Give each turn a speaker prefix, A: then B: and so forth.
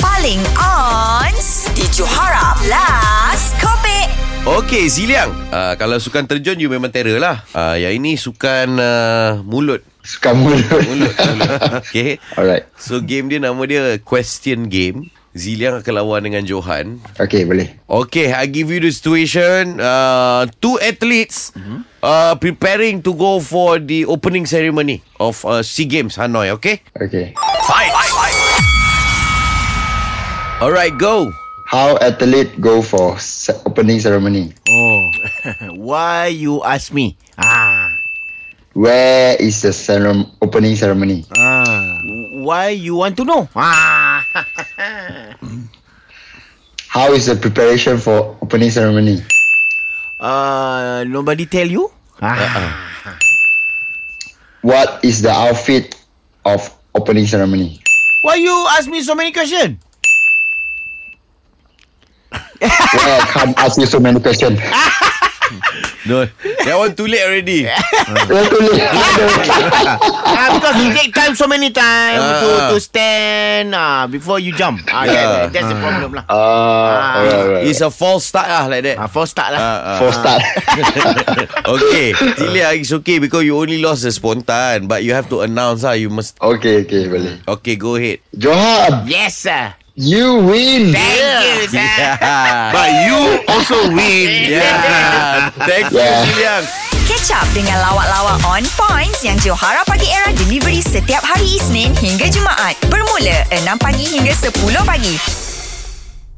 A: paling on di Johara Plus Kopi.
B: Okey, Ziliang. Uh, kalau sukan terjun, you memang terror lah. Uh, yang ini sukan uh, mulut.
C: Suka mulut.
B: Mulut. mulut. Okey.
C: Alright.
B: So, game dia nama dia Question Game. Ziliang akan lawan dengan Johan.
C: Okay, boleh.
B: Okay, I give you the situation. Uh, two athletes mm-hmm. uh, preparing to go for the opening ceremony of uh, SEA Games Hanoi, okay?
C: Okay.
B: Alright, go.
C: How athlete go for se- opening ceremony?
D: Oh, why you ask me? Ah,
C: Where is the cerem- opening ceremony?
D: ah, why you want to know? Ah,
C: How is the preparation for opening ceremony?
D: uh, nobody tell you? Ah,
C: What is the outfit of opening ceremony?
D: why you ask me so many question?
C: Why I can't ask you so many questions?
B: No, that one too late already.
D: Ah, because you take time so many time
B: Ah.
D: to to stand ah before you jump. Ah,
B: Yeah.
D: yeah. that's the problem lah.
C: Ah, alright, alright.
B: It's a false start lah, like that.
D: Ah, first start lah.
B: Uh, uh.
C: For start.
B: Okay, Ziliang, it's okay because you only lost the spontan, but you have to announce lah. You must.
C: okay, okay, boleh.
B: Okay, go ahead.
C: Johan,
D: Yes, sir.
C: you win.
D: Thank you, sir.
B: Yeah.
E: But you also win.
B: Yeah. Thank you,
C: Yeah.
B: Ziliang.
A: Catch up dengan lawak-lawak on points yang Johara Pagi Era delivery setiap hari Isnin hingga Jumaat. Bermula 6 pagi hingga 10 pagi.